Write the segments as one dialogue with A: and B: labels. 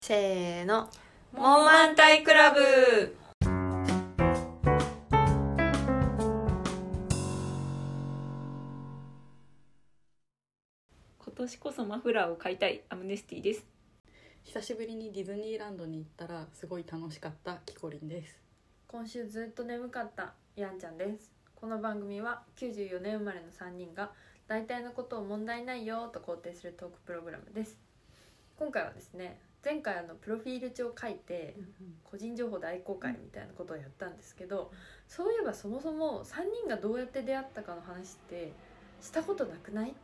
A: せーの
B: モンマンタイクラブ今年こそマフラーを買いたいアムネスティです
C: 久しぶりにディズニーランドに行ったらすごい楽しかったキコリンです
A: 今週ずっと眠かったやんちゃんですこの番組は94年生まれの3人が大体のことを問題ないよと肯定するトークプログラムです今回はですね前回あのプロフィール帳書いて個人情報大公開みたいなことをやったんですけどそういえばそもそも3人がどうやって出会ったかの話ってしたことなくない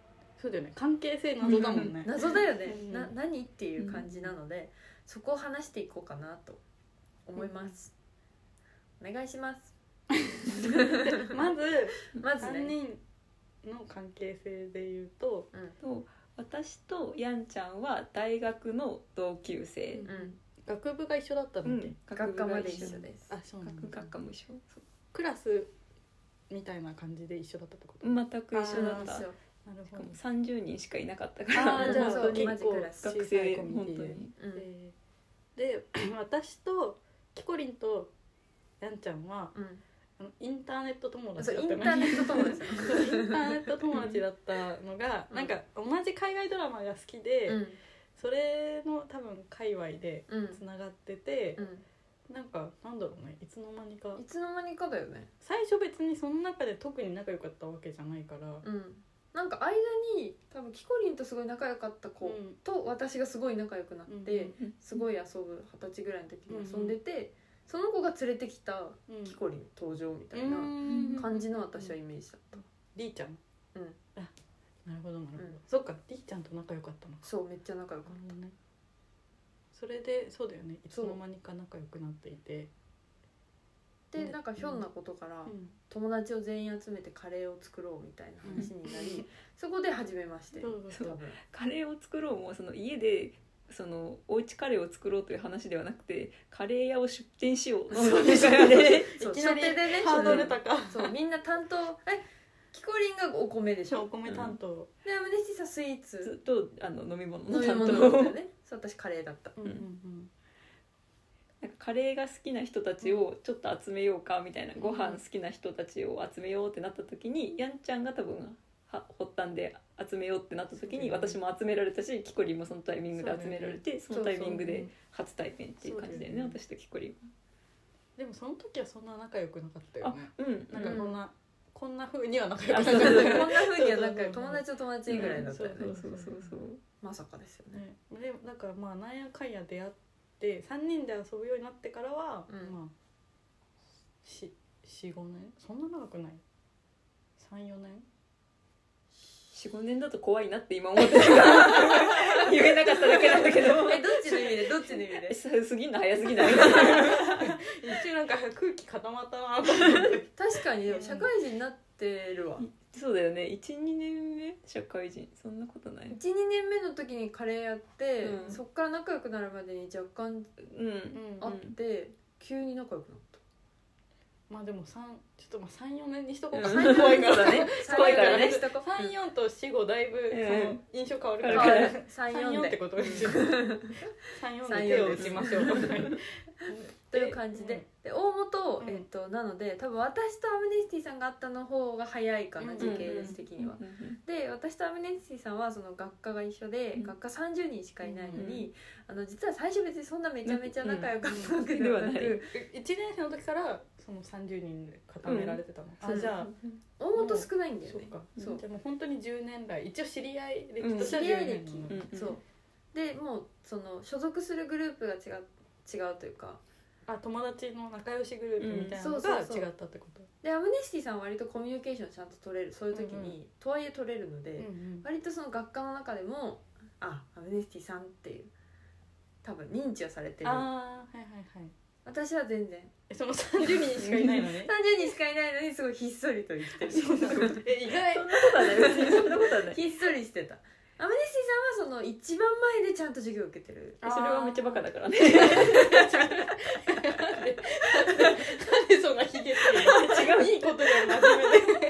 C: そうだよね関係性謎だもんね
A: 謎だよね、
C: うん
A: な何っていう感じなので、そこを話していこうかなと思います、お願い します
C: まず
A: まず
C: 3
A: ね
C: 人の関係性で言うと
B: と私とヤンちゃんは大学の同級生
C: う、
A: うん
C: 学部が一緒だった
B: う
C: ので、
B: ん、
A: 学科
B: 部が
A: まで一緒です
C: あそうなん
B: 学
C: だ
B: 学科も一緒そう
C: クラスみたいな感じで一緒だったってこと
B: 全く一緒だ
A: あ
B: っ
A: ー
B: た
A: そ
B: し
A: う
C: なる
B: かも30人しかいなかったか
C: あ
B: ら
C: ーじゃあ
A: そう
C: そう結
A: 同じ
C: 構
A: クラス
B: 学
C: 小さ
B: 生
C: いコミュ
B: 本
C: ニテ
B: 当
C: ィで
B: に
A: うん
C: でで 私とキコリンとやんちゃんは
A: う
C: あのインターネット友
A: ん、
C: 達
A: そう
C: だっ
A: イ
C: た
A: ン
C: の
A: ターネット友達な
C: そうインターネット友達だったのが、
A: うん
C: なんか同じ海外ドラマが好きで、
A: のうん
C: それの多分界隈で
A: うん
C: つながってて、
A: う
C: なんかなんだろうねいつの間にか
A: んいつの間にかだよね
C: 最初別にその中で特に仲良かったわけじゃないから、
A: うんなんか間に多分キコリンとすごい仲良かった子、
C: うん
A: と私がすごい仲良くなって、
C: うん
A: すごい遊ぶ二十歳ぐらいの時に遊んでて、その子が連れてきた
C: うん
A: キコリン登場みたいな
C: う
B: うん
A: 感じの私はイメージだった、
C: りーちゃん、
A: うん
C: あなるほどなるほど、
A: うん
C: そっかりーちゃんと仲良かったのか
A: そうめっちゃ仲良かっ
C: なるほどねそれでそうだよねいつ
A: そう
C: の間にか仲良くなっていて
A: たで
C: うん
A: なんかひょんなことから
C: うん
A: 友達を全員集めてカレーを作ろうみたいな話になり、そこで初めまして
C: そうそう
A: 多
C: そう
A: 分
B: カレーを作ろうもその家でそのおうちカレーを作ろうという話ではなくてカレー屋を出店しよう
A: そうです
B: よね
A: そう
C: いきなり
A: 初手でね
C: ハードル高
A: そうみんな担当えキコリンがお米でし
C: そうお
A: ょ
C: 米担当、
A: でアムネスティさんスイーツ
B: ずっとあの飲み物
A: 飲
B: の
A: み
B: 担当
A: 物だったよねそう私カレーだった
C: うん
B: んうん
C: うん
B: なんかカレーが好きな人たちをちょっと集めようかみたいなご飯好きな人たちを集めようってなった時にやんちゃんが多分は発端で集めようってなった時に
C: そうだよね
B: 私も集められたしキコリンもそのタイミングで集められてそ,、
A: そ
B: の
A: うだ
B: タ
A: よね
B: イミング
C: そう
B: で
C: そう
B: 初対面っていう感じだよね
C: そうだよね
B: 私とキコリン
C: でもその時はそんな仲良くなかったよ
B: は
C: ね。
B: あうん
C: なんか
A: うん
C: こんな、こんな風には仲良く
B: あ
C: な
B: そ
C: か
B: うそ
C: っ
B: うそ
C: たよ
B: う
C: ね。
A: こんな風にはなんか友達と友達ぐらいだったよ
C: う
A: ね
C: ん
B: そうそうそうそう
A: まさかですよね
C: ねでだからまあなんやかんや出会って三人で遊ぶようになってからは、
A: うん
C: まあし四五年そんな長くない三四年
B: 45年だと怖いなって今思ってた 言えなかっただけなんだけど
A: えどっちの意味でどっちの意味
B: え
A: で
B: さ過ぎんの早すぎない う
C: 一応なんか空気固まったなと
A: 確かにでも社会人になってるわ
B: んそうだよね12年目社会人そんなことない
A: 12年目の時にカレーやって、
B: うん
A: そっから仲良くなるまでに若干
B: うん
A: あ
C: 思
A: っ
C: って。
A: て、急に仲良くなった
C: まあでも三ちょっとまあ三四年にしとこうか
B: う
C: な。
B: ん
C: 怖いから
B: そうだ ね怖いからね
A: しとこう
C: 三四と四五だいぶその印象変わるから。
B: 変わる
C: 三四
A: 34
C: って
A: で
C: ことにしよう。三四で手を打ちましょう。
A: という感じでで大本、
C: うん
A: えっと、なので多分私とアムネスティさんがあったの方が早いかな
C: うん
A: 時系列的には。で私とアムネスティさんはその学科が一緒で、
B: うん
A: 学科30人しかいないのに、あの実は最初別にそんなめちゃめちゃ仲良かったわけではなく、
B: うんうん
C: 一年生の時からその三十人で固められてたの。
A: う
C: あ
A: ん
C: じゃあ
A: 大本少ないんだよ
C: そう
A: ね
C: か。
A: そう
C: じゃあもう本当に十年来一応知り合い歴
B: うん
C: としては
A: 知り合い
C: 10年
A: 歴
C: なの
B: うん
A: そうでもうその所属するグループが違う違うというか
C: あ友達の仲良しグループみたいなの
A: う
C: が
A: んそうそうそう
C: 違ったってこと。
A: でアムネスティさんは割とコミュニケーションちゃんと取れるそういう時に、とはいえ取れるので、
C: うん
A: 割とその学科の中でもあアムネスティさんっていう多分認知はされて
C: うん
A: る
C: ああはいはいはい。
A: 私は全然
C: えその三十人しかいないのね。
A: 30人しかいないのにすごいひっそりと生きてる
C: そうなのえ意 外
B: そんなことはない別にそんなことはない
A: ひっそりしてたアムネスティさんはその一番前でちゃんと授業受けてる
C: あー
B: それはめっちゃバカだからね
C: なんでそんなひげっていうの
B: 違う
C: いいことでは真面目で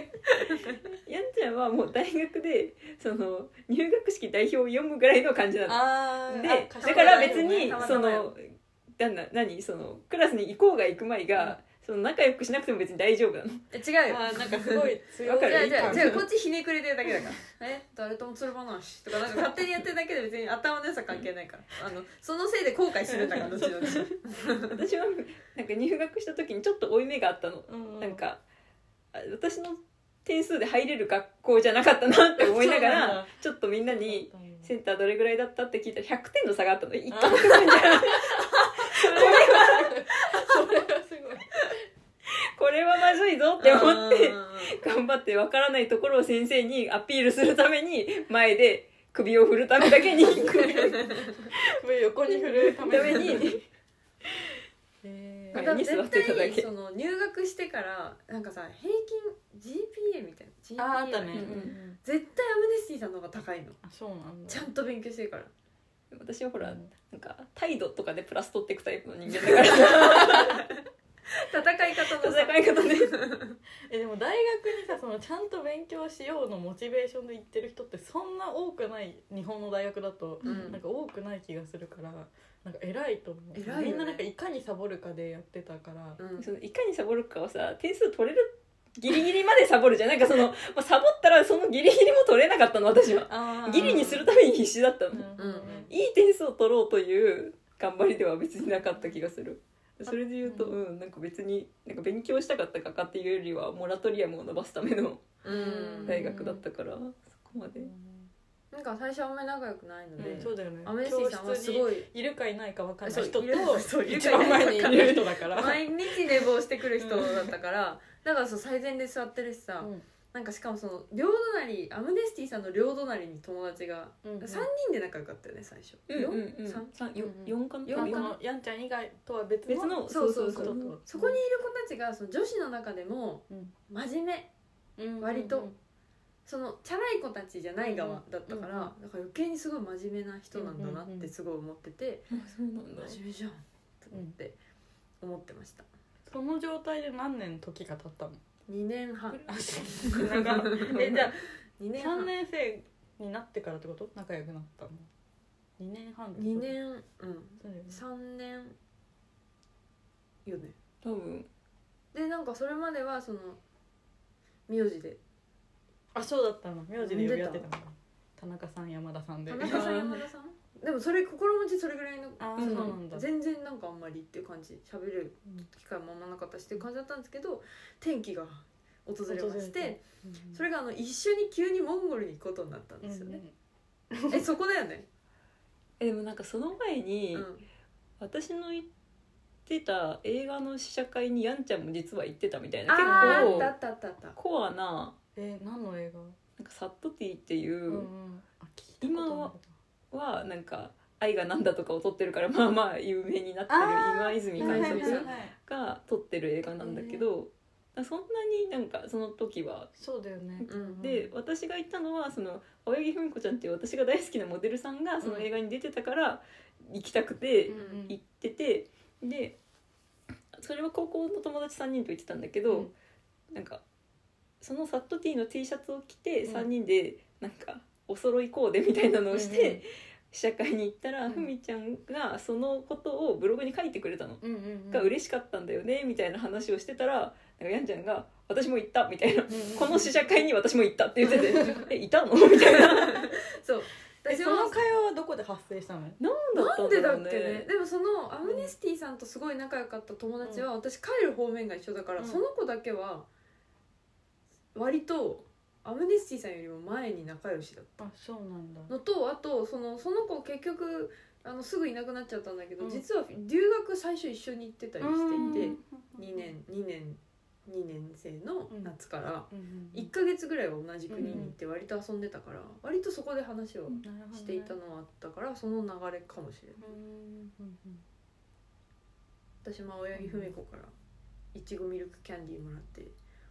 B: やんちゃんはもう大学でその入学式代表を読むぐらいの感じなの
C: あー
B: で
C: あ
B: だから別
A: 賢い
B: に
A: ね
B: そ
A: たまたまよ
B: のなんだ何そのクラスに行こうが行くまいが、その仲良くしなくても別に大丈夫な の
A: え違うよ
C: あーなんかすごい強い
B: わかる
A: 違う違う違うこ
C: こ
A: っちひねくれてるだけだから え誰ともつるばなしとかなんか勝手にやってるだけで別に頭の良さ関係ない からあのそのせいで後悔するんだから後々
B: 私はなんか入学した時にちょっと負い目があったの、なんかあ私の点数で入れる学校じゃなかったなって思いなが
C: そうなん
B: ら
C: だ
B: ちょっとみんなに「センターどれぐらいだった?」って聞いたら100点の差があったの一回
C: それはそれはすごい
B: これはまずいぞって思って
A: うんうんうん
B: 頑張ってわからないところを先生にアピールするために前で首を振るためだけ に
C: 上横に振る ため
B: ため に
C: へ
A: ま
C: ー
A: あでも
B: に座
A: 絶
B: ってただ
A: 対
B: け
A: その入学してからなんかさ平均 GPA みたいな GPA
C: ああったね、
B: うん
A: 絶対アムネスティさんの方が高いの
C: あそうなんだ
A: ちゃんと勉強してるから
B: 私はほら
C: うん
B: なんか態度とかでプラス取っていくタイプの人間だから
A: 戦い方のさ
B: 戦い方ね
C: えでも大学にさそのちゃんと勉強しようのモチベーションで行ってる人ってそんな多くない日本の大学だと、
A: うん
C: なんか多くない気がするからなんか偉いと思う
A: 偉いよね
C: みんななんかいかにサボるかでやってたから、
A: うん
B: そのいかにサボるかをさ点数取れるギリギリまでサボるじゃんなんかその、まあ、サボったらそのギリギリも取れなかったの私は
C: あー
B: ギリにするために必死だったの、
C: なるほどね
B: いい点数を取ろうという頑張りでは別になかった気がするそれで言うと
C: う
B: うん、なんか別になんか勉強したかったかかっていうよりはモラトリアムを伸ばすための
A: うん
B: 大学だったから、そこまで
A: なんか最初あんまり仲良くないの
C: うん
A: で
C: そうだよね
A: アムネスティさんはすごい
C: いるかいないか分かんな
A: そ
C: いう人
A: いる
C: と
A: そういる
C: 一番前にいる人だ から
A: 毎日寝坊してくる人だったから、だからそう最前で座ってるしさ、
C: うん
A: なんかしかもその両隣アムネスティさんの両隣に友達が、
C: うんうん
A: 3人で仲良かったよね最初、
B: うんうんうん
A: 三
B: 三よ
C: うんうん
B: 四かな
A: 四
C: なん
A: か
C: か
A: な
C: のやんちゃん以外とは別の
B: 別の
A: そうそう
C: そうそう
A: そこにいる子たちがその女子の中でも
C: うん
A: 真面目
C: うん
A: 割とそのチャラい子たちじゃない側だったから、
C: うんうん
A: だから余計にすごい真面目な人なんだなっ
C: うんうんう
A: て
C: ん
A: すごい思ってて、
B: あそうなんだ
A: 真面目じゃんと思って思ってました
C: その状態で何年時が経ったの
A: 2年 半
C: あそうなんかえじゃあ
A: 2
C: 3
A: 年半
C: 年生になってからってこと仲良くなったの2年半ってこと
A: 2年うん
C: そうだよね
A: 3年よね
B: 多分
A: でなんかそれまではその名字で
C: あそうだったの名字で呼び合ってたの田中さん山田さんで
A: 田 中さん山田さんでもそれ心持ちそれぐらいの
C: あ
B: ー
A: その
B: そうなん
C: だ
A: 全然なんかあんまりっていう感じ喋る機会もあんまなかったしっていう感じだったんですけど天気が訪れまし
C: 訪れ
A: て
C: てうん
A: それがあの一緒に急にモンゴルに行くことになったんですよね、えそこだよね、
B: えでもなんかその前に、
A: うん、
B: 私の行ってた映画の試写会にやんちゃんも実は行ってたみたいな結
A: あーあ
B: 構
A: ったあったあったあった
B: コアな
C: え何の映
B: なんかサットティってい
C: 画う
B: うん
C: あ聞いたことない
B: 今ははなんか「愛がなんだ」とかを撮ってるからまあまあ有名になってる
C: あー
B: 今泉
A: はい
B: 監
A: はいはい
B: 督が撮ってる映画なんだけど、そんなになんかその時は。
C: そうだよね
A: うん
B: で私が行ったのはその青柳文子ちゃんっていう私が大好きなモデルさんがその映画に出てたから行きたくて
C: うんうん
B: 行っててでそれは高校の友達3人と行ってたんだけど、なんかそのサットティーの T シャツを着て
C: うん
B: 3人でなんかお揃いコーデみたいなのをして、
C: うんうん
B: 試写会に行ったら、
C: うん
B: ふみちゃんがそのことをブログに書いてくれたの、
C: うんうんうん
B: が嬉しかったんだよねみたいな話をしてたらなんかやんちゃんが「私も行った」みたいな。この試写会に私も行ったって言ってて「えいたの?」みたいな何
A: そう
C: え
A: 私
C: その
A: は
C: 会話はどこで発生したの
B: だった
A: なんんで
B: だ
A: だ
B: ろう
A: っけね
B: ね
A: でもそのアムネスティさんとすごい仲良かった友達は、私帰る方面が一緒だから、
C: うん
A: その子だけは割とアムネスティさんよりも前に仲良しだっ
C: あそうなんだ
A: たのとあとそのその子結局あのすぐいなくなっちゃったんだけど、
C: うん
A: 実は留学最初一緒に行ってたりしていて2年2年2年生の夏から
C: うんうん
A: 1ヶ月ぐらいは同じ国に行って割と遊んでたから、割とそこで話を
B: うん
C: なるほどね
A: していたのはあったからその流れかもしれない。
C: うんうんうん
A: 私も青柳文子からいちごミルクキャンディーもらって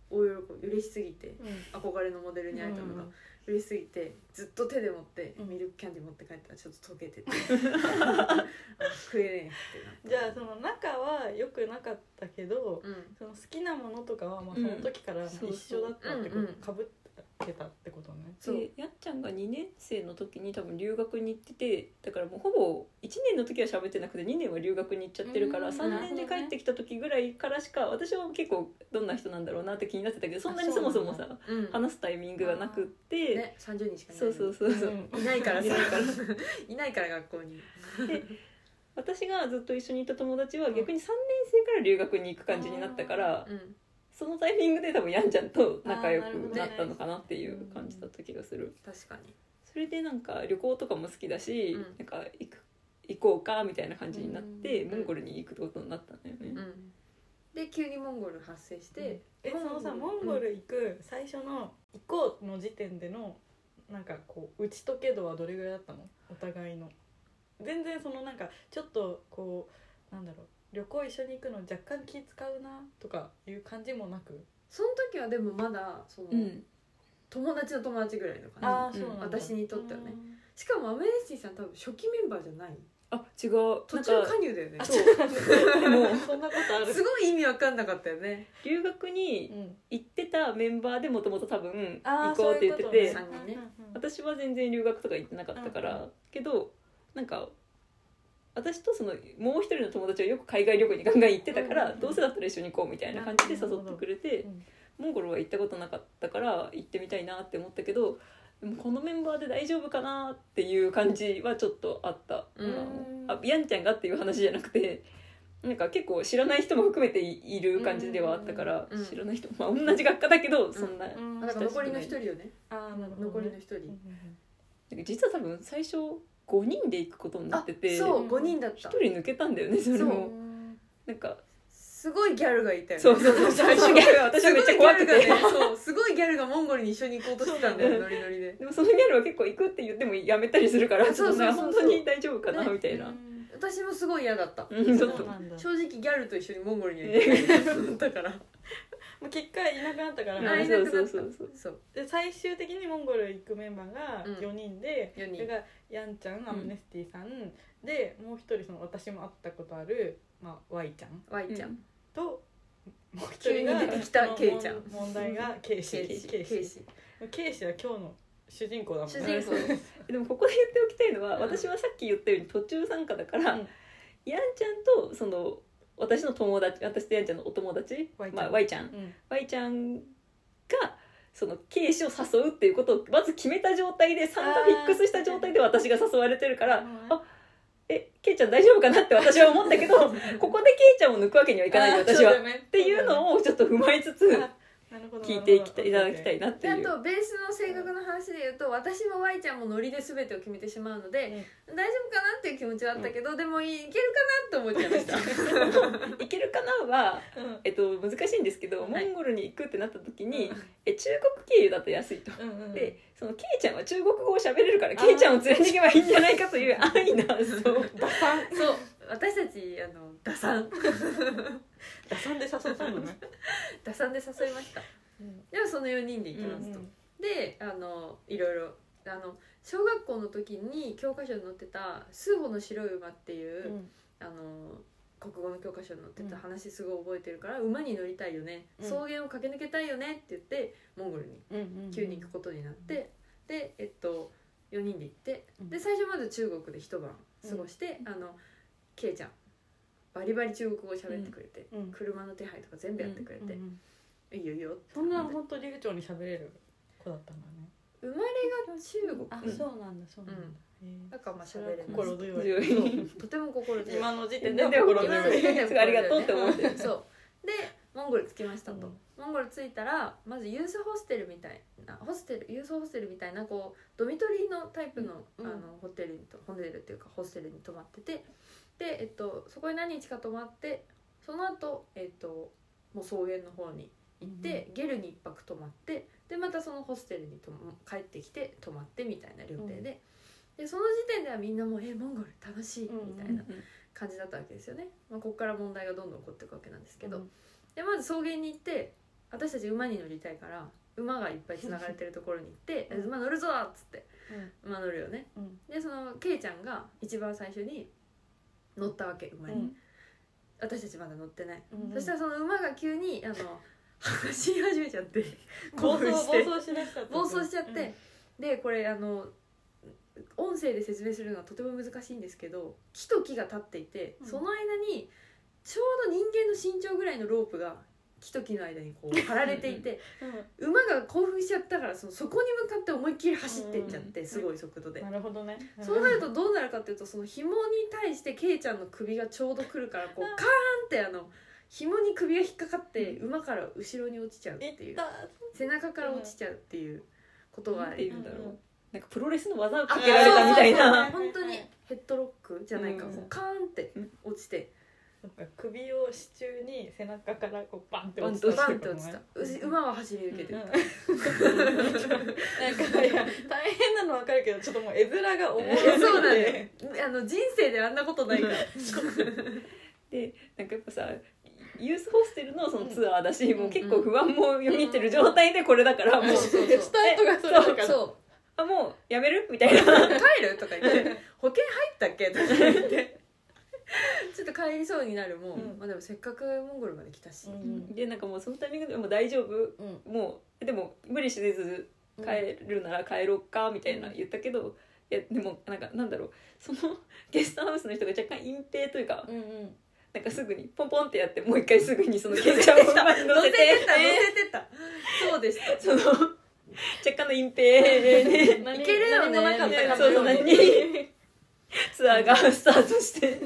A: 大喜び嬉しすぎて憧れのモデルに会えたのが嬉しすぎてずっと手で持って
C: うん
A: ミルクキャンディー持って帰ったらちょっと溶けててあ食えねえって
C: じ
A: な
C: ゃ
A: っ
C: あその仲は良くなかったけど
A: たうん
C: その好きなものとかはまあ
B: う
C: そ
B: ん
C: の時から一緒だったってこ
A: そうそううんうん
C: とかぶっててたってことね
A: そう
B: でやっちゃんが2年生の時に多分留学に行っててだからもうほぼ1年の時は喋ってなくて2年は留学に行っちゃってるから
A: うん
B: 3年で帰ってきた時ぐらいからしか私は結構どんな人なんだろうなって気になってたけどそんなにそもそも
C: あそう
B: さ
A: うん
B: 話すタイミングがなくって、
A: ね30人しかいない
B: そうそうそうそう。
A: いないからさ
B: いないから
A: いないから学校に
B: 私がずっと一緒にいた友達は逆に3年生から留学に行く感じになったから、
A: うん
B: そのタイミングで多分やんちゃんと仲良く
C: あーなるほどね
B: なったのかなっていう感じだった気がする。
A: 確かに
B: それでなんか旅行とかも好きだし、
A: うん
B: なんか行く行こうかみたいな感じになって、
A: ん
B: モンゴルに行くことになったんだよね。
A: うんで急にモンゴル発生して
C: で、えそのさ
A: モ
C: モ
A: ン
C: ン
A: ゴル
C: ゴル行く最初の行こうの時点でのなんかこう打ち解け度はどれぐらいだったのお互いの全然そのなんかちょっとこうなんだろう旅行一緒に行くの若干気使うなとかいう感じもなく
A: その時はでもまだその、
B: うん
A: 友達の友達ぐらいの感じ
B: あー
C: うん
B: そうなん
A: だ私にとってはねしかもアメレスティさん多分初期メンバーじゃない
B: あ違うなん
A: 途
B: か
A: 中加入だよね
C: あ
B: そう
C: で
B: も
C: もそんなことある
A: すごい意味わかんなかったよね
B: 留学に
C: うん
B: 行ってたメンバーでもともと多分
C: あ
B: 行
C: ー
B: こうって言ってて、
A: そういうことね三人ね
B: 私は全然留学とか行ってなかったから、
C: うんう
B: けどなんか私とそのもう一人の友達はよく海外旅行にガンガン行ってたから、
C: うんうんうん
B: どうせだったら一緒に行こうみたいな感じで誘ってくれて、
C: うん
B: モンゴルは行ったことなかったから行ってみたいなって思ったけどでもこのメンバーで大丈夫かなっていう感じはちょっとあった、
A: うん
B: あヤンちゃんがっていう話じゃなくてなんか結構知らない人も含めていいる感じではあったから、
A: うんうんうん
B: 知らない人も、まあ、同じ学科だけどそんな,、なんか
A: あだから残りの一人よね
C: あーなるほどね
A: 残りの一人、
C: うんうん
B: 実は多分最初5人で行くことにな
A: あ
B: ってて
A: そううん5人だった
B: 一人抜けたんだよねそれ
A: そ
B: も
A: う
B: なんか
A: すごいギャルがいたよね
B: そうそうそう最初ギャルは私はめっちゃ怖くて、
A: すごいギャルがねそうすごいギャルがモンゴルに一緒に行こうとしてたんだ
B: そ
A: よ
B: う
A: ノリノリで
B: でもそのギャルは結構行くって言ってもやめたりするからち
A: そ
B: ょ
A: う
B: っ
A: そう
B: と
A: そう
B: な
A: そう
B: 本当に大丈夫かなみたいな、
C: うん
A: 私もすごい嫌だった
B: うんちょっ
C: そ
B: と
C: うなんだ
A: 正直ギャルと一緒にモンゴルには行けないだから
C: もう結果いなくなったから
A: あい
B: そ
A: なくなっ
B: う
A: た
B: そうそうそう
A: そう
C: で最終的にモンゴル行くメンバーが
A: うん
C: 4人で、
A: 4
C: それ
A: 人
C: がヤンちゃんアムネスティさん、でもう一人その私も会ったことある、まあ、Y ちゃん
A: Y ちゃん、
C: ともう一
A: 急
C: 人
A: に
C: が
A: 出てきた
C: その
A: K ちゃん
C: 問問題がケイシ
A: ケ
C: ー
A: イシ
C: ケイシ
A: ケイ
C: ー
A: シ
C: ケイシーは今日の主人公だもん
A: 主人公
B: でもここで言っておきたいのは、
A: うん
B: 私はさっき言ったように途中参加だから、
C: うん
B: ヤンちゃんとその私の友達私とヤンちゃんのお友達
C: Y ち
B: ま
C: ゃん
B: あ、y ちゃん
C: うん
B: Y ちゃんがその警視を誘うっていうことをまず決めた状態で参加フィックスした状態で私が誘われてるからあえケイちゃん大丈夫かなって私は思ったけどここでケイちゃんを抜くわけにはいかないよ私は。っていうの
C: を
B: をちょっと踏まえつつ聞いていきたいただきた
C: い
B: いなって
A: で
B: い
A: あ
B: う。
A: とベースの性格の話で言うと私も Y ちゃんもノリで全てを決めてしまうので、大丈夫かなっていう気持ちはあったけど、でもいけるかなって思っちゃいました
B: いけるかなは、
C: うん
B: えっと、難しいんですけど、
A: はい
B: モンゴルに行くってなった時に、え中国経由だと安いと。
C: うんうん、
B: でそのケイちゃんは中国語を喋れるからケイちゃんを連れていけばいいんじゃないかという安易な発想
C: 打算
A: そう私たちあの打算
C: 打算で誘ったのね、
A: 打算で誘いました
C: うん
A: ではその4人で行き
C: う
A: ま
C: ん
A: すと、であのいろいろあの小学校の時に教科書に載ってた「スーホの白い馬」っていう、
C: うん
A: あの国語の教科書に載ってた話すごい覚えてるから、馬に乗りたいよね、
C: うん
A: 草原を駆け抜けたいよねって言ってモンゴルに
C: うんうん、
A: 急に行くことになって、でえっと4人で行って、
C: うん
A: で最初まず中国で一晩過ごして、あのケイちゃんバリバリ中国語喋ってくれて、
C: うん
A: 車の手配とか全部やってくれて、いいよいいよ
C: そんな本当流暢に喋れる子だったんだね
A: 生まれが中国
B: うん
C: うなんだそうだ、
A: だからまあ喋れます
C: 心強い
B: 強い
A: とても心強い
C: 今の時点
B: 全
C: では
B: 然
C: 心
B: 心
A: 今
C: 強
A: の
C: い
A: 時点
B: 強
A: で
B: いすごいありがとうって思ってる
A: そうでモンゴル着きましたと、
C: うん
A: モンゴル着いたらまずユースホステルみたいなホステルユースホステルみたいなこうドミトリーのタイプの,、
C: うん
A: あのホテルにとホテルっていうかホステルに泊まっててで、えっと、そこに何日か泊まってその後、えっともう草原の方に行って、ゲルに一泊泊まってでまたそのホステルにとも帰ってきて泊まってみたいな旅程で、
C: うん
A: でその時点ではみんなもう「えモンゴル楽しい」みたいな。
C: うん
A: 感じだったわけですよね、まあ、ここから問題がどんどん起こっていくわけなんですけど、でまず草原に行って私たち馬に乗りたいから馬がいっぱいつながれてるところに行って「
C: うん
A: 馬乗るぞ!」っつって馬乗るよね
C: うん
A: でそのケイちゃんが一番最初に乗ったわけ馬に、
C: うん
A: 私たちまだ乗ってない、
C: うん
A: そしたらその馬が急にあの 話し始めちゃって
C: 暴
A: 興
C: 走
A: 奮
C: 暴走
A: して
C: しだしたってこ
A: 暴
C: と
A: 走しちゃって、でこれあの音声で説明するのはとても難しいんですけど木と木が立っていて、
C: うん
A: その間にちょうど人間の身長ぐらいのロープが木と木の間に こう張られていて
C: うん
A: 馬が興奮しちゃったからそのそこに向かって思いっきり走っていっちゃって、
C: うん
A: すごい速度で。
C: なるほどね
A: そうなるとどうなるかっていうとその紐に対してケイちゃんの首がちょうどくるからこうカーンってあの紐に首が引っかかって馬から後ろに落ちちゃうって
C: い
A: い
C: っ
A: う
C: た
A: 背中から落ちちゃうっていうことがあ
B: なんて
A: り
B: 言うんだろう、
C: うん
B: なんかプロレスの技を
A: あ
B: かけられたみたい
A: そう
B: な
A: そうそう本当にヘッドロックじゃないか、
B: うん
A: こうカーンって落ちて
C: なんか首を支柱に背中からこうバンって
B: うん
C: 落ち
A: バ
C: た
A: ンって落ちた、うし馬は走り抜けて
C: うん
A: る、
C: なんかいや大変なのわかるけどちょっともう絵面が重い
A: そうなんだよあの人生であんなことないから
B: でなんかやっぱさユースホステルのそのツアーだし、
C: うん
B: もう結構不安もよぎってる状態でこれだから、もう、
A: そうそうそう
C: スタートがそれだから
A: そう
B: あもうやめるみたいな
A: 帰るとか言って「保険入ったっけ?」とか言ってちょっと帰りそうになるも、
C: うん
A: まあでもせっかくモンゴルまで来たし、
C: うん
B: でなんかもうそのタイミングでもう大丈夫
C: うん
B: もうでも無理しず帰るなら帰ろうかみたいな言ったけど、いやでもなんかなんだろうそのゲストハウスの人が若干隠蔽というか、
C: うんうん
B: なんかすぐにポンポンってやってもう一回すぐにそのケンちゃんを馬に乗
A: 乗
B: せ
A: せ
B: て
A: てた乗せてたそうでした
B: その若干の隠蔽で
C: 何
A: いけるよね
C: 何もなかったか
B: そうそう
C: のよう
B: 何
C: に
B: に ツアーがスタートして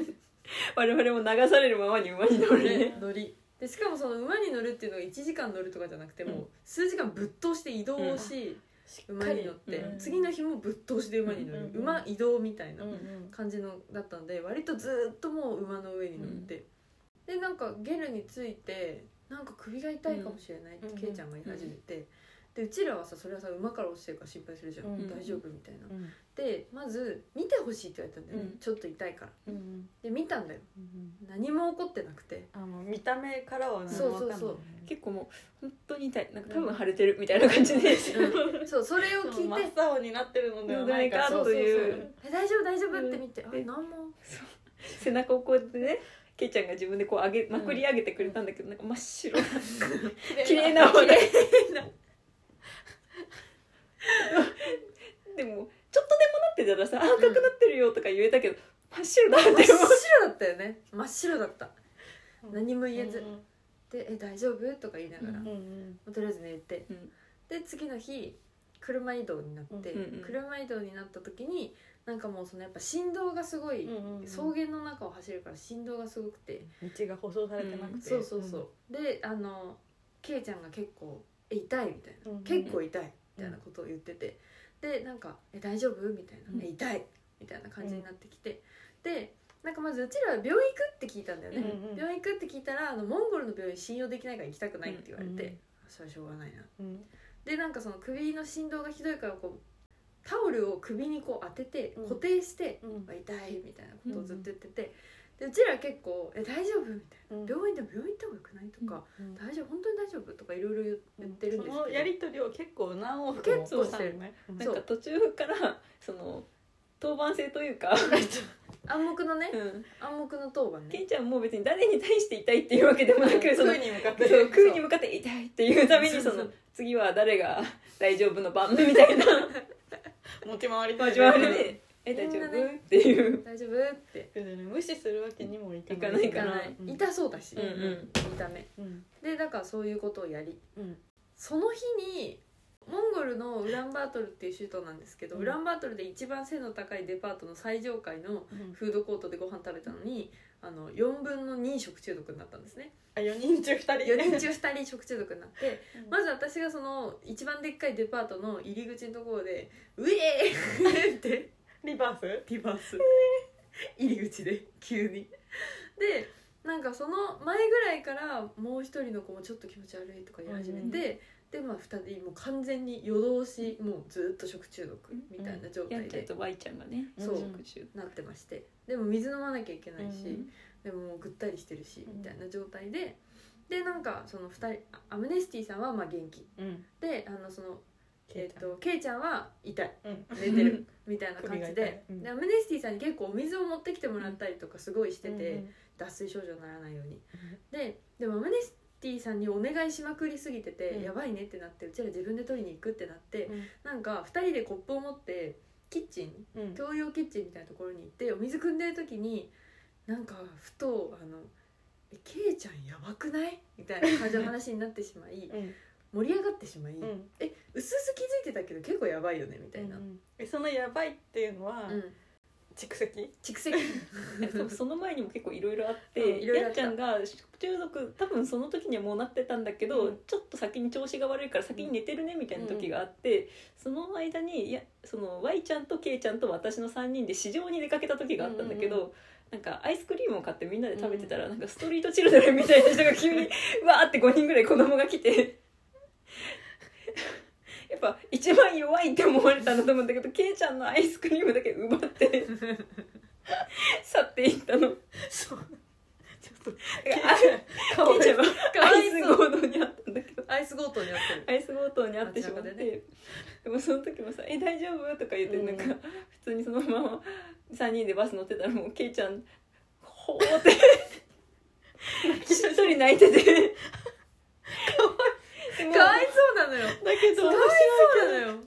B: 我々も流されるままに馬に乗 れ
A: 乗りでしかもその馬に乗るっていうのが1時間乗るとかじゃなくてもう数時間ぶっ通して移動をし、
C: しっ
A: 馬
C: か
A: に
C: り
A: 乗って、
B: うん
A: 次の日もぶっ通しで馬に乗る、
C: うん
A: 馬移動みたいな
C: うんうん
A: 感じのだったので割とずっともう馬の上に乗って、でなんかゲルについてなんか首が痛いかもしれないっ
C: う
A: て
C: ん
A: ケイちゃんが言い始めて、でうちらはさそれはさ馬から落ちてるから心配するじゃん、
C: うん
A: 大丈夫みたいな
C: うん
A: でまず見てほしいって言われたんだよね、
C: うん
A: ちょっと痛いから
C: うん
A: で見たんだよ
C: うん
A: 何も起こってなくて
C: あの見た目からは何
A: そう
C: もわ
A: そ
C: かん
A: う
C: ない
A: そう
B: 結構もう本当に痛いなんか多分腫れてるみたいな感じで、
A: そうそれを
C: そ
A: 聞
C: う真
A: い
C: って青になってるのではないか
B: のではないかという
A: 「え大丈夫大丈夫」って見て「あ
B: うん
A: 何も
B: 背中をこうやってねケイちゃんが自分でこう上げまくり上げてくれたんだけど、なんか真っ白な綺麗な
C: で
B: 骨でもちょっとでもなってたらさあ赤くなってるよとか言えたけど、真っ白だって
A: 真
B: 思
A: っ
B: う
A: 白だったよね真っ白だった
C: うん
A: 何も
C: うん
A: 言えずで「え大丈夫?」とか言いながら
B: うん
C: うんうん
A: とりあえず寝て、
B: うん
A: で次の日車移動になって、
C: うん
B: うんうん
A: 車移動になった時になんかもうそのやっぱ振動がすごい、
C: うんうん
A: 草原の中を走るから振動がすごくて、
C: 道が舗装されてなくて
A: そうそうそう、であのケイちゃんが結構「え痛い」みたいな、
C: うん
A: 結構痛い」みたいなことを言ってて、でなんか「え大丈夫?」みたいな「
B: うん
A: え痛い」みたいな感じになってきて、でなんかまずうちらは病院行くって聞いたんだよね、
C: うんうん
A: 病院行くって聞いたらあのモンゴルの病院信用できないから行きたくないって言われて、
C: うんうん
A: それはしょうがないな
C: うん
A: でなんかその首の振動がひどいからこうタオルを首にこう当てて
C: うん
A: 固定して、
C: うん
A: 痛いみたいなことをずっと言ってて、でうちら結構「え大丈夫?」みたい
C: うん
A: な「病院でも病院行った方がよくない?」とか
C: う
A: 「
C: ん
A: 大丈夫本当に大丈夫?」とかいろいろ言ってるんですけど
C: そのやり取りを結構何往復
A: 結構してる
C: ね
B: な
A: そ
B: ん
A: う
B: か途中からその当番制というか、
A: 暗黙のね
B: うん、
A: 暗黙の当番
B: ケ
A: ね
B: ンちゃんも別に誰に対して痛いっていうわけでもなくその
C: 空に向かって
B: そう空に向かって痛いっていうために
A: そ
B: そう
A: そう
B: の次は誰が大丈夫の番みたい な
C: 持ち回りたい
B: 交わりで「え大丈夫?」っていう
A: 大丈夫って
C: 無視するわけにもいかない
B: い
A: 行か
B: か
A: ない、
C: うん
A: 痛そうだし、
B: うんうん
A: 見た目
C: うん
A: でだからそういうことをやり
C: うん
A: その日にモンゴルのウランバートルっていう首都なんですけど、
C: うん
A: ウランバートルで一番背の高いデパートの最上階の
C: うん
A: フードコートでご飯食べたのにあの4分の2食中毒になったんですね
C: あ4人中2人
A: 4人中2人食中毒になって
C: うん
A: まず私がその一番でっかいデパートの入り口のところで「ウエー!」って
C: リバース
A: リバース 入り口で急にでなんかその前ぐらいからもう一人の子もちょっと気持ち悪いとか言い始めて、
C: うんうん
A: でまあ2人もう完全に夜通しもうずっと食中毒みたいな状
B: や
A: 態
B: んちゃん
A: で
B: とばいちゃんがね
A: そう
B: 食中
A: なってましてでも水飲まなきゃいけないし、
C: うん
A: でももうぐったりしてるし
C: うん
A: みたいな状態ででなんかその2人あアムネスティさんはまあ元気
C: うん
A: であのそのえっ
C: と
A: とケイちゃんは 痛い
C: うん
A: 寝てるみたいな
C: 首
A: 感じ
C: が痛い
A: で,、
C: うん
A: でアムネスティさんに結構お水を持ってきてもらったりとかすごいしてて、
C: うん
A: 脱水症状にならないようにででもアムネス T さんにお願いしまくりすぎてて、
C: うん
A: やばいねってなってうちら自分で取りに行くってなって、
C: うん
A: なんか2人でコップを持ってキッチン
C: うん
A: 共用キッチンみたいなところに行ってお水汲んでる時になんかふと「あのえケイちゃんやばくない?」みたいな感じの話になってしまい
C: うん
A: 盛り上がってしまい、
C: うん
A: え薄々気づいてたけど結構やばいよねみたいな、
C: うんえそのやばいっていうのは
A: うん
C: 蓄積
A: 蓄積
B: 多分 その前にも結構いろいろあっ
A: うん
B: て、
A: いろいろあ
B: や
A: っ
B: ったちゃんが食中毒多分その時にはもうなってたんだけど、
C: うん
B: ちょっと先に調子が悪いから先に寝てるねみたいな時があって、その間にいやその Y ちゃんと K ちゃんと私の3人で市場に出かけた時があったんだけど。
C: うん
B: なんかアイスクリームを買ってみんなで食べてたら、なんかストリートチルドレンみたいな人が急に わーって5人ぐらい子供が来てやっぱ一番弱いって思われたんだと思うんだけど K ちゃんのアイスクリームだけ奪って去っていったの。
C: そうちょっと
B: あ
C: わ
B: ケ
C: いい
B: イちゃんは
A: か
B: ア
A: わ
B: イ
A: い
B: ス
A: そう
B: 強盗にあったんだけど
A: アイス強盗になってる
B: アイス強盗にあってしまっ
A: 街
B: て
A: 中
B: で,、
A: で
B: もその時もさ「え大丈夫?」とか言って
C: うん
B: なんか、普通にそのまま3人でバス乗ってたらもうケイちゃんほーって しっとり泣いててか
A: かわ
B: わい
A: いそうなのよ
B: だけ
A: か
B: ど
A: わいそうなのよ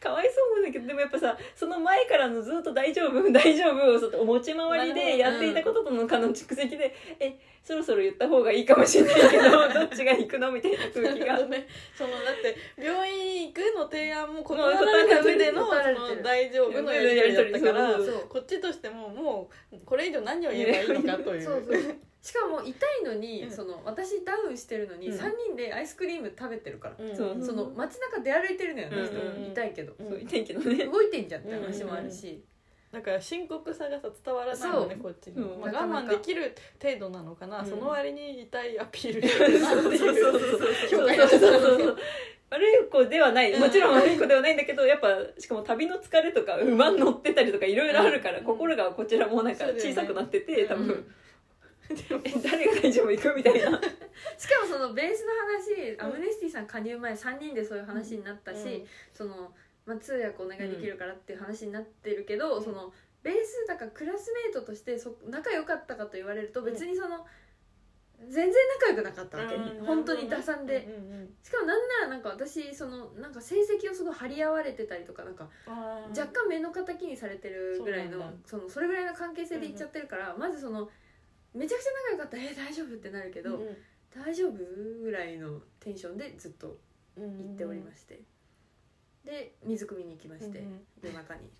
B: かわいそうなんだけどでもやっぱさその前からのずっと「大丈夫 大丈夫」をちょっとお持ち回りでやっていたこととのかの蓄積で「えそろそろ言った方がいいかもしれないけどどっちが行くの?」みたいな空気
C: なるほど
B: が。
C: ねそのだって病院に行くの提案も断られた上での
A: 断られてる
C: その大丈夫のやり取りだったから
B: そう
A: そう
C: こっちとしてももうこれ以上何を言えばいいのかという
A: そうそうしかも痛いのに、
C: うん
A: その私ダウンしてるのに、
B: うん
A: 三3人でアイスクリーム食べてるから、
C: うん
B: そう
A: その街中出歩いてるのよね、
B: うん
A: 人痛いけど、
B: そう言ってんけどね。
A: 動いてんじゃんって話もあるし、
C: だから深刻さがさ伝わらないのね
A: そう
C: こっちに、
B: うん
C: まあ、
A: なかなか
C: 我慢できる程度なのかな、
A: うん
C: その割に痛いアピールしてるなっていう
B: そう
C: 評価
B: そうそうそう悪い子ではないもちろん悪い子ではないんだけどやっぱしかも旅の疲れとか馬に乗ってたりとかいろいろあるから、
C: うん
B: 心がこちらもなんか
C: そうだよね
B: 小さくなってて、多
A: う
B: 分
A: ん
B: 「え誰が大丈夫行く?」みたいな。
A: しかもそのベースの
C: う
A: 話、
C: ん
A: アムネスティさん加入前3人でそういう話になったし、その、まあ、通訳お願いできるからっていう話になってるけど、
C: うん
A: そのベースだからクラスメートとしてそ仲良かったかと言われると別にその、全然仲良くなかったわけ、
C: うん
A: 本当に打算で、
C: うんうんうん
A: しかもなんならなんか私そのなんか成績をすごい張り合われてたりとかなんか
C: あー
A: 若干目の敵にされてるぐらいの
C: そう
A: そ
C: なん
A: のそれぐらいの関係性でいっちゃってるから、まずそのめちゃくちゃ仲良かったら「え大丈夫?」ってなるけど「大丈夫?」ぐらいのテンションでずっと
C: うんうん
A: 行っておりまして、で水汲みに行きまして、
C: うんうん
A: 夜中に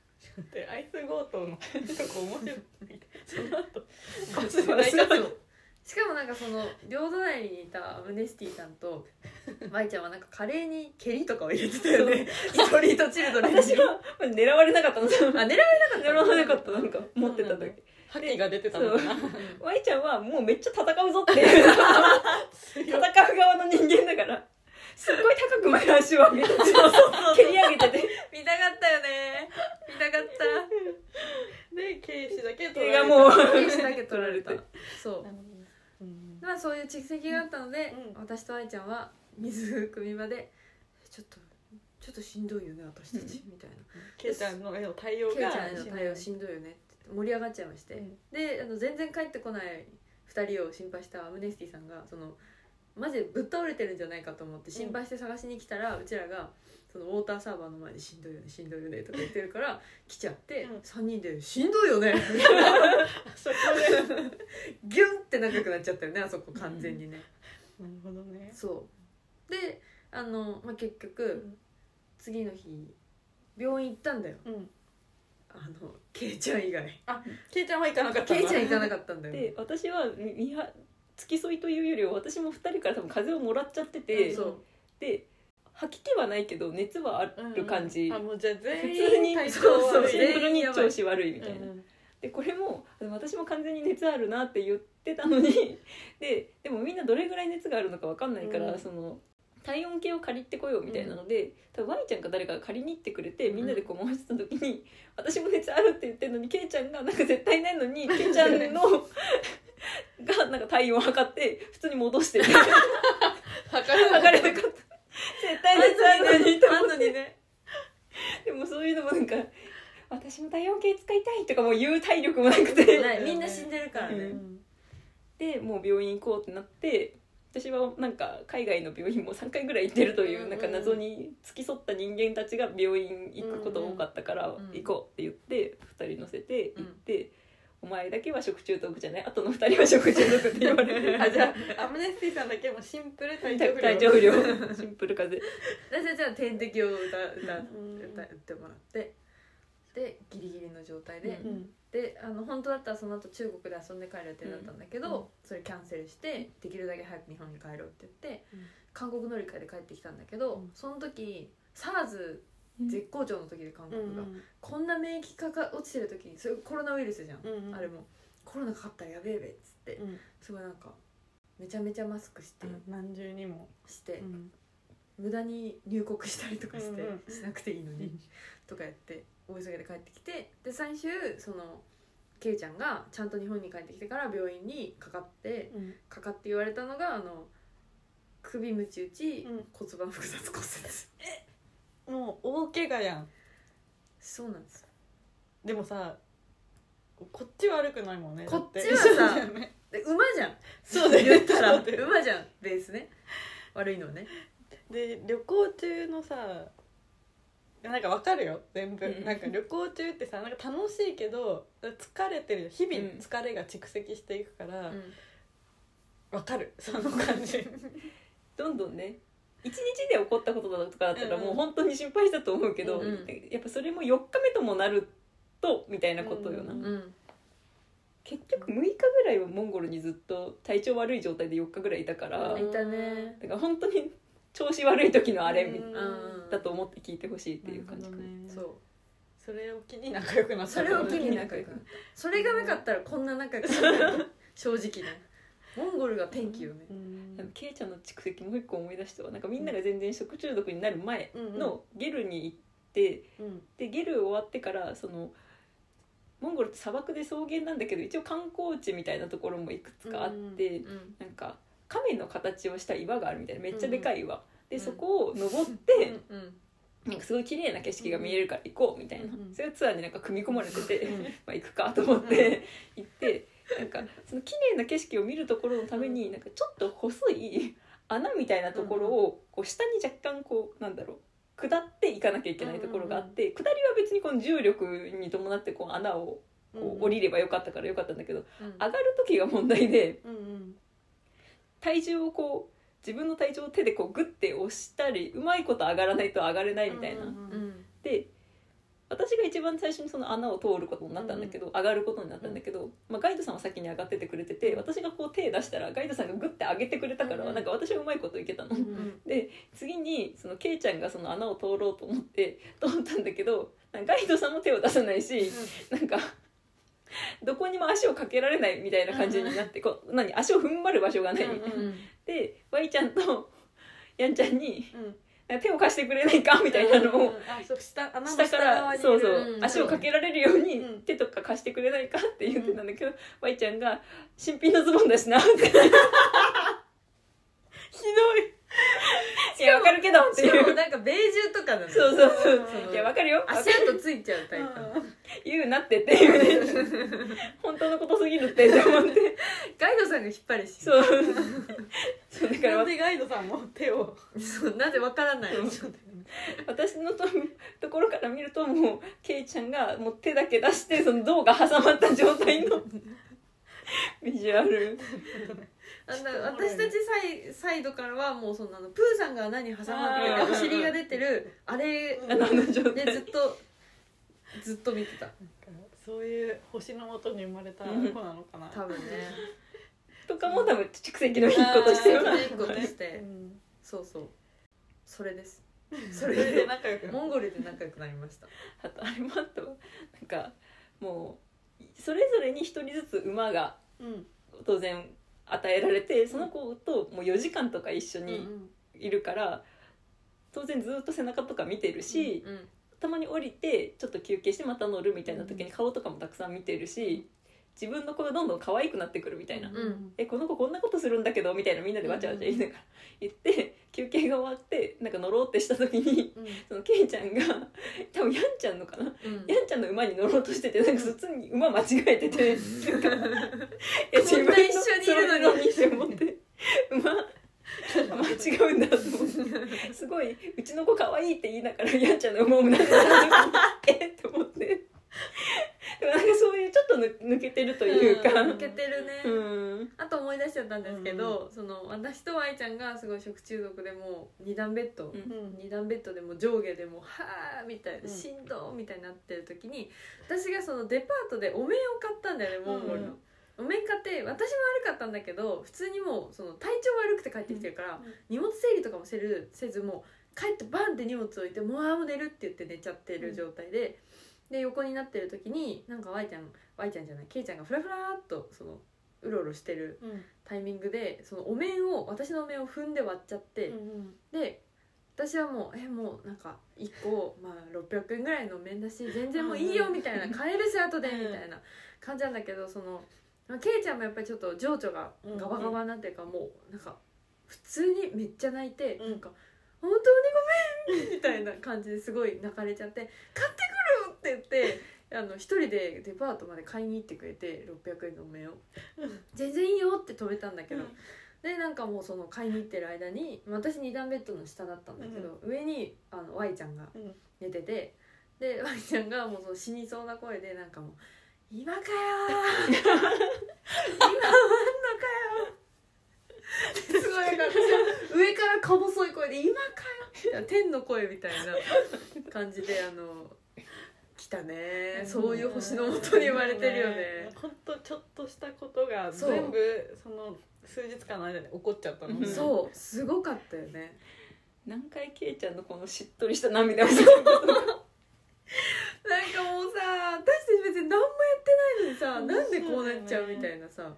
C: でアイス強盗のとこ面白いその後バ
B: そ
C: ス
B: う
C: で泣いたの
A: しかもなんかその両隣にいたアムネスティさん と舞ちゃんはなんかカレーに蹴りとかを入れてたよねストリートチルドレンに
B: 私は狙われなかったの
A: あ狙われ
B: 狙われなかったなんか持ってただけ
C: 覇気が出てたのかな
A: たうん
B: ワイちゃんはもうめっちゃ戦うぞっていう戦う側の人間だからすっごい高く前足を上げて蹴り上げてて
A: 見たかったよね見たかった
C: で警視だけ
B: 手がもう
A: 兵士だけ 取られた
B: 取
A: そう
C: うん
A: まあそういう蓄積があったので、
C: うん
A: 私と愛ちゃんは水汲み場でちょっとちょっとしんどいよね私たち、みたいな
C: ケイちゃんの絵の対応
A: ケイち
C: が
A: ゃんへの対応しんどいよねって言って盛り上がっちゃいまして、
C: うん
A: であの全然帰ってこない2人を心配したアムネスティさんがそのマジでぶっ倒れてるんじゃないかと思って心配して探しに来たら、うちらがそのウォーターサーバーの前で「しんどいよねしんどいよね」とか言ってるから来ちゃって、
C: うん
A: 3人で「しんどいよね」
C: そこで
A: ギュンって仲良くなっちゃったよねあそこ完全にね。
C: なるほどね
A: そうであの、まあ、結局、
C: うん
A: 次の日病院行ったんだよ
C: うん
A: あのケイちゃん以外
C: ケイちゃんは行かなかった
A: ケイちゃん行かな
C: か
A: かったんだよ
B: で私はみ見は付き添いというよりは私も2人から多分風邪をもらっちゃってて、
A: うんそう
B: で吐き気はないけど熱はある感じ、
C: あもうじゃあ
B: 普
C: 全員
B: 通に
C: 体調
B: そうそう
C: 悪い
A: 全
B: シ
A: 員
B: ンプルに調子悪いみたいな、
C: うんうん
B: でこれもあの私も完全に熱あるなって言ってたのに ででもみんなどれぐらい熱があるのか分かんないから、
C: うん
B: その体温計を借りてこようみたいなので、多分ワイちゃんか誰かが借りに行ってくれてみんなでこう回してた時に、私も熱あるって言ってるのにケイちゃんがなんか絶対ないのにケイちゃんのがなんか体温を測って普通に戻してて
C: 測れなか
B: 測
C: っ
B: れなかった。絶対熱あるのにと思って
A: あんのにね
B: でもそういうのもなんか私も体温計使いたいとかもう言う体力もなくて
A: ないみんな死んでるから
C: た
A: ね、
B: でもう病院行こうってなって私はなんか海外の病院も3回ぐらい行ってるとい
A: うんう
B: うんなんか謎に付き添った人間たちが病院行くことが多かったから
A: うんうん
B: 行こうって言って2人乗せて行って「お前だけは食中毒じゃないあとの2人は食中毒」って言われて
C: あじゃあアムネスティさんだけもシンプル体調不良
B: 体調不良 シンプル風邪
A: 私はじゃあ点滴を打た歌
C: うん
A: 歌ってもらってでギリギリの状態で、
B: うん
C: うん
A: であの本当だったらその後中国で遊んで帰る予定だったんだけど、
C: うんうん
A: それキャンセルしてできるだけ早く日本に帰ろうって言って、
C: うん
A: 韓国乗り換えで帰ってきたんだけど、
C: うん
A: その時 SARS 絶好調の時で韓
C: うん
A: 国が、こんな免疫かか落ちてる時にそれコロナウイルスじゃん、
C: うんうん
A: あれもコロナかかったらやべえべっつって
C: うん
A: すごいなんかめちゃめちゃマスクして、
C: あ何重にも
A: して、
C: うん
A: 無駄に入国したりとかして、
C: うんうん
A: しなくていいの
C: う
A: に
C: ん
A: とかやって大急ぎで帰ってきてで最終そのケイちゃんがちゃんと日本に帰ってきてから病院にかかってかかって言われたのがあの首むち打ち、
C: うん
A: 骨盤複雑骨折
C: もう大怪我やん
A: そうなんです
C: でもさこっちは悪くないもんね
A: こっちは
C: だて
A: さ
C: そうだよね
A: で馬じゃん
C: そうだよ
A: 言ったら
C: そうだよ
A: 馬じゃんベースね悪いのはね
C: で旅行中のさなんかわかるよ全部、
B: うん
C: なんか旅行中ってさなんか楽しいけど疲れてるよ日々
B: うん
C: 疲れが蓄積していくからわ
A: う、ん
C: かるその感じ
B: どんどんね1日で起こったことだとかだったら
C: うんうん
B: もう本当に心配したと思うけど、
C: うん
A: うん
B: やっぱそれも4日目ともなるとみたいなことよな、
C: うん
A: うん
B: 結局6日ぐらいはモンゴルにずっと体調悪い状態で4日ぐらいいたから、
A: いたね
B: だから本当に調子悪い時 のあれみ
C: うん
A: うん
B: だと思って聞いてほしいっていう感じ
C: な
B: か
C: る
B: な
C: ほどね
A: そう
C: それを機に仲良くなった
A: それを機に仲良くなったそれがなかったらこんな仲良くならない正直ねモンゴルが天気よね
C: うん
B: でもケイちゃんの蓄積もう一個思い出したわなんかみんなが全然食中毒になる前のゲルに行って
C: うん
B: でゲル終わってからそのモンゴルって砂漠で草原なんだけど一応観光地みたいなところもいくつかあって、
A: うん
B: なんか亀の形をした岩があるみたいなめっちゃでかい岩、
A: うん
B: でそこを登って、
A: うん
B: なんかすごい綺麗な景色が見えるから行こうみたいな、
C: うん
B: そういうツアーになんか組み込まれてて、
C: うん
B: まあ行くかと思って行ってなんかその綺麗な景色を見るところのためになんかちょっと細い穴みたいなところをこう下に若干こうなんだろう下っていかなきゃいけないところがあって、下りは別にこの重力に伴ってこう穴をこう降りればよかったからよかったんだけど、
A: うん
B: 上がる時が問題で。
C: うんうん
B: 体重をこう自分の体重を手でこうグッて押したりうまいこと上がらないと上がれないみたいな。
C: うんうんうん
B: で私が一番最初にその穴を通ることになったんだけど、上がることになったんだけど、まあ、ガイドさんは先に上がっててくれてて私がこう手出したらガイドさんがグッて上げてくれたから、
A: うんうん
B: なんか私はうまいこといけたの。
C: うん
A: うん
B: で次にそのケイちゃんがその穴を通ろうと思って通ったんだけどなんかガイドさんも手を出さないし、なんかどこにも足をかけられないみたいな感じになって、こう何足を踏ん張る場所がないみたいな。
C: うん
A: うん
B: でワイちゃんとやんちゃんに
C: うん
B: 「手を貸してくれないか?」みたいなの
C: うん
B: を
C: あそう下穴の
B: 下か
C: 側
B: ら
C: にいる
B: そうそう
A: うん
B: 足をかけられるように
C: うん
B: 手とか貸してくれないかって言ってたんだけどワイちゃんが「新品のズボンだしな」って
C: ひどい
B: 「いやわかるけど」って
A: しか
B: い
A: も
B: う
A: なんかベージュとかなの
B: そうそうそう
A: うん
B: いやわかるよ
A: 足跡ついちゃうタイプなの
B: 言うなってって いうね本当のことすぎるってって思って
A: ガイドさんが引っ張るし
B: そうそうだか
C: な
B: ら
C: んでガイドさんも手を
A: そうなぜわからない
B: そう私のとところから見るともうケイちゃんがもう手だけ出してその胴が挟まった状態のビジュアル
A: あんな私たちサイサイドからはもうそんなのプーさんが何挟まって
B: あー
A: てお尻が出てるあれ
B: あの状態、
A: でずっとずっと見てた
C: そういう星のもとに生まれた子なのかな
A: 多分ね
B: とかも多分蓄積のいいことしてるな
A: あーいいことし
C: う
A: て
C: ん
A: そうそうそれ ですそ
C: そ
A: れ
C: れで
A: で
C: 仲良くな
A: モンゴルで仲良くなりました
B: あとあれもあったわなんかもうそれぞれに一人ずつ馬が
C: うん
B: 当然与えられてその子ともう4時間とか一緒にいるから、当然ずっと背中とか見てるし、
A: うん
B: たまに降りてちょっと休憩してまた乗るみたいな時に顔とかもたくさん見てるし自分の子がどんどん可愛くなってくるみたいな「
A: ん
B: えこの子こんなことするんだけど」みたいなみんなでわちゃわちゃ言いながら行って 休憩が終わってなんか乗ろうってした時に
C: うん
B: そのケイちゃんが多分ヤンちゃんのかな
A: うん
B: ヤンちゃんの馬に乗ろうとしててなんかそっちに馬間違えててなんかいや
A: こんな一緒にいるのに
B: 自分のって思って馬 ごい「うちの子可愛いって言いながらやんちゃんの羽毛もなんかえっと思ってでもなんかそういうちょっとぬ抜けてるというか、
A: 抜けてるね、
B: うん、
A: あと思い出しちゃったんですけど、その私と愛ちゃんがすごい食中毒でもう二段ベッド、
B: うん
A: 二段ベッドでも上下でもはあみたいな、
C: うん
A: しんどーみたいになってる時に私がそのデパートでお面を買ったんだよねモンゴルの、
C: うん
A: お面買って私も悪かったんだけど普通にもうその体調悪くて帰ってきてるから、
C: うん
A: 荷物整理とかもせるせずもう帰ってバンって荷物置いてもうあーもう寝るって言って寝ちゃってる状態で、で横になってる時になんかワイちゃんワイちゃんじゃないケイちゃんがフラフラーっとそのうろうろしてる
C: うん
A: タイミングでそのお面を私のお面を踏んで割っちゃって。
C: うん
A: で私はもうえもうなんか1個、まあ、600円ぐらいの面だし全然もういいよ
C: うん
A: みたいな買えるし後で
C: うん
A: みたいな感じなんだけどそのまあケイちゃんもやっぱりちょっと情緒がガバガバになっていうか、もうなんか普通にめっちゃ泣いて、
C: うん
A: なんか「本当にごめん」みたいな感じですごい泣かれちゃって「買ってくる!」って言って。あの一人でデパートまで買いに行ってくれて600円のお面を全然いいよって止めたんだけど、
C: うん
A: でなんかもうその買いに行ってる間にまあ私2段ベッドの下だったんだけど、上にあの Y ちゃんが
C: うん
A: 寝ててで Y ちゃんがもうその死にそうな声でなんかもう「今かよ ー今終わんのかよー」すごいなんか私は上からか細い声で「今かよー」天の声みたいな感じであの来たねーそういう星のもとに生まれてるよね。
C: 本当ちょっとしたことが
A: そう
C: 全部その数日間の間で起こっちゃったの、
B: うん
A: そうすごかったよね
B: 何回けいちゃんのこのしっとりした涙を見て
A: なんかもうさ私たち別に何もやってないのにさなんでこうなっちゃうみたいなさ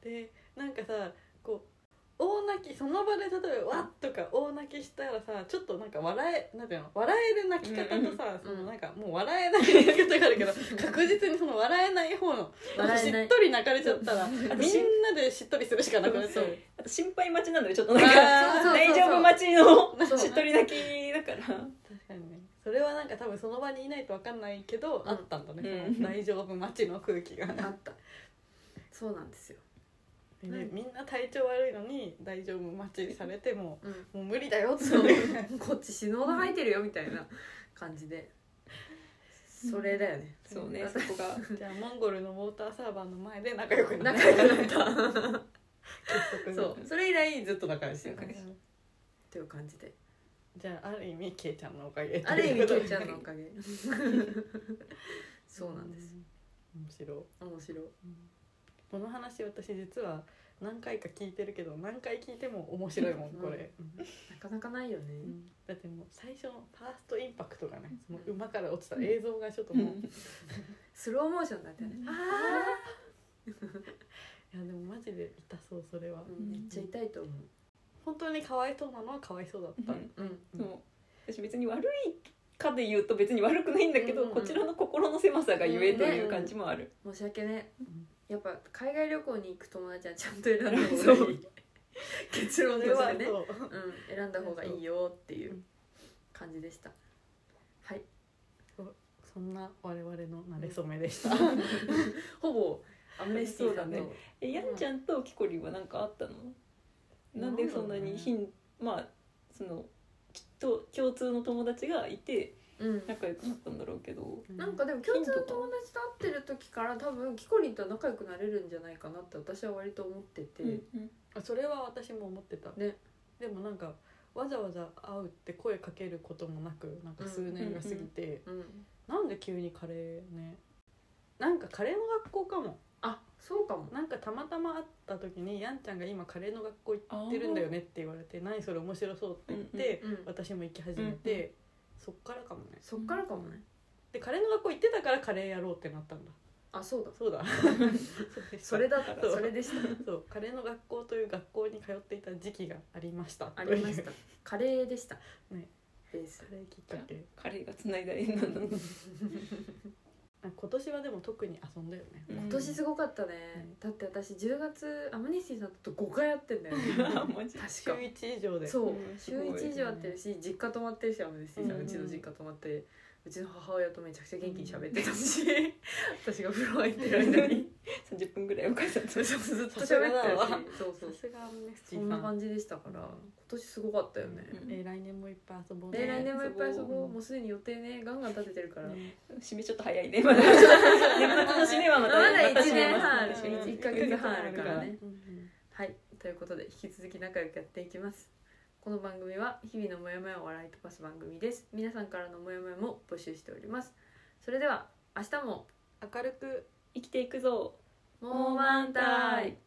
C: でなんかさこう大泣きその場で例えば「わっ!」とか大泣きしたらさちょっとなんか笑えなんていうの笑える泣き方とさ、
A: うん
C: そのなんかもう笑えない泣き方があるけど確実にその笑えない方の
A: 笑え
C: し
A: ない
C: っとり泣かれちゃったらみんな
B: 私
C: でしっとりするしかなくなっちゃう
A: そう
B: あと心配待ちなのでちょっとなんか
C: あー
A: そうそう
B: 大
A: そう
B: 丈夫待ちの
A: そう
B: しっとり泣きだから
C: 確かにねそれはなんか多分その場にいないと分かんないけど、
A: うん
C: あったんだね、
B: うん
C: その大丈夫待ちの空気が、
A: あったそうなんですよ、
C: でねみんな体調悪いのに大丈夫待ちされても
A: う
C: もう
A: ん、
C: 無理だよって
A: そうこっち死ぬほど吐いてるよみたいな感じでそれだよね
B: そうね
A: うん
B: そこが
C: じゃあモンゴルのウォーターサーバーの前で仲良くなっ
A: 仲良くなっ
C: 結
A: た
C: 束
A: そうそれ以来ずっと仲良し
B: 仲良し
A: という感じで
C: じゃあある意味ケイちゃんのおかげ
A: ある意味
C: と
A: ケ
C: い
A: イ
C: う
A: ち
C: こと
A: ゃ
C: で
A: んのおかげ そうなんです
C: 面白い
A: 面白い
C: この話私実は何回か聞いてるけど何回聞いても面白いもんこれ、
A: なかなかないよね、
C: うんだってもう最初のファーストインパクトがねその馬から落ちた映像がちょっともう、い
A: スローモーションだったよね、
B: うん
A: あ
C: やでもマジで痛そうそれは、
A: ーうんめっちゃ痛いと思
C: 本当にかわいそうなのはかわいそうだった、
B: うん
A: ううん
B: そう私別に悪いかで言うと別に悪くないんだけど、
C: うんうん
B: こちらの心の狭さがゆえという感じもある、
A: 申し訳ね
C: うん
A: やっぱ海外旅行に行く友達はちゃんと選んだ方がいい
B: そう
A: 結論
C: そ
A: と
C: れ
A: し
C: は
A: てね、う、
C: そうん
A: 選んだ方がいいよっていう感じでしたはい
C: そんな我々の馴れ初めでした、
A: ほぼアムネスティさんと
B: そうだえやんちゃんときこりんは何かあったの、なんでそんなにひんまあそのきっと共通の友達がいて
A: うん
B: 仲良くなったんだろうけど
A: なんかでも共通の友達と会ってる時から多分キコリンと仲良くなれるんじゃないかなって私は割と思ってて、
B: うん
C: あそれは私も思ってた、
A: ね
C: でもなんかわざわざ会うって声かけることもなくなんか数年が過ぎて、
A: うん、
C: なんで急にカレーねなんかカレーの学校かも
A: あそうかも
C: なんかたまたま会った時にやんちゃんが今カレーの学校行ってるんだよねって言われて何それ面白そうって言って、
A: うんうん
C: 私も行き始めて、そっからかもね
A: そっからかもね
C: でカレーの学校行ってたからカレーやろうってなったんだ
A: あそうだ
C: そうだ
A: それだった
C: そう
A: それでした
C: そうカレーの学校という学校に通っていた時期がありました
A: ありまし
C: と
A: た
C: いう
A: カレーでした
C: ね
A: ベース
C: カレーきっかけ
B: カレーがつないだ縁なんだね
C: あ今年はでも特に遊んだよね、
B: うん
A: 今年すごかったね、だって私10月アムニシティさんと5回会ってんだよね確
B: あマジ
C: 週
A: か
C: 1以上で
A: そう
B: うん
A: 週1以上会ってるし実家泊まってるしアムニシティさん、
B: う
A: うんちの実家泊ま ってうちの母親とめちゃくちゃ元気に喋ってたし、私が風呂入ってる間に
B: 30分ぐらいお母さんと
A: ずっと喋ってるしそうそう
C: さすがアムネステ
A: そ
C: ィ
A: ん
C: さ
A: なん感じでしたから今年すごかったよね、
B: うん
C: えー来年もいっぱい遊ぼう
A: で来年もいっぱい遊ぼ
C: う
A: うもうすでに予定ねガンガン立ててるから、
C: ね
B: 締めちょっと早いねまだ年末の締めはま
A: ま
B: た
A: だ
B: また
A: 1
B: 締め
A: 年
B: ます
A: 半ある
C: ま
A: した
C: ね
A: 1か月半あるからね
C: うんうん
A: はいということで引き続き仲良くやっていきますこの番組は日々のモヤモヤを笑い飛ばす番組です皆さんからのモヤモヤも募集しておりますそれでは明日も
C: 明るく
B: 生きていくぞ
A: もう満タイ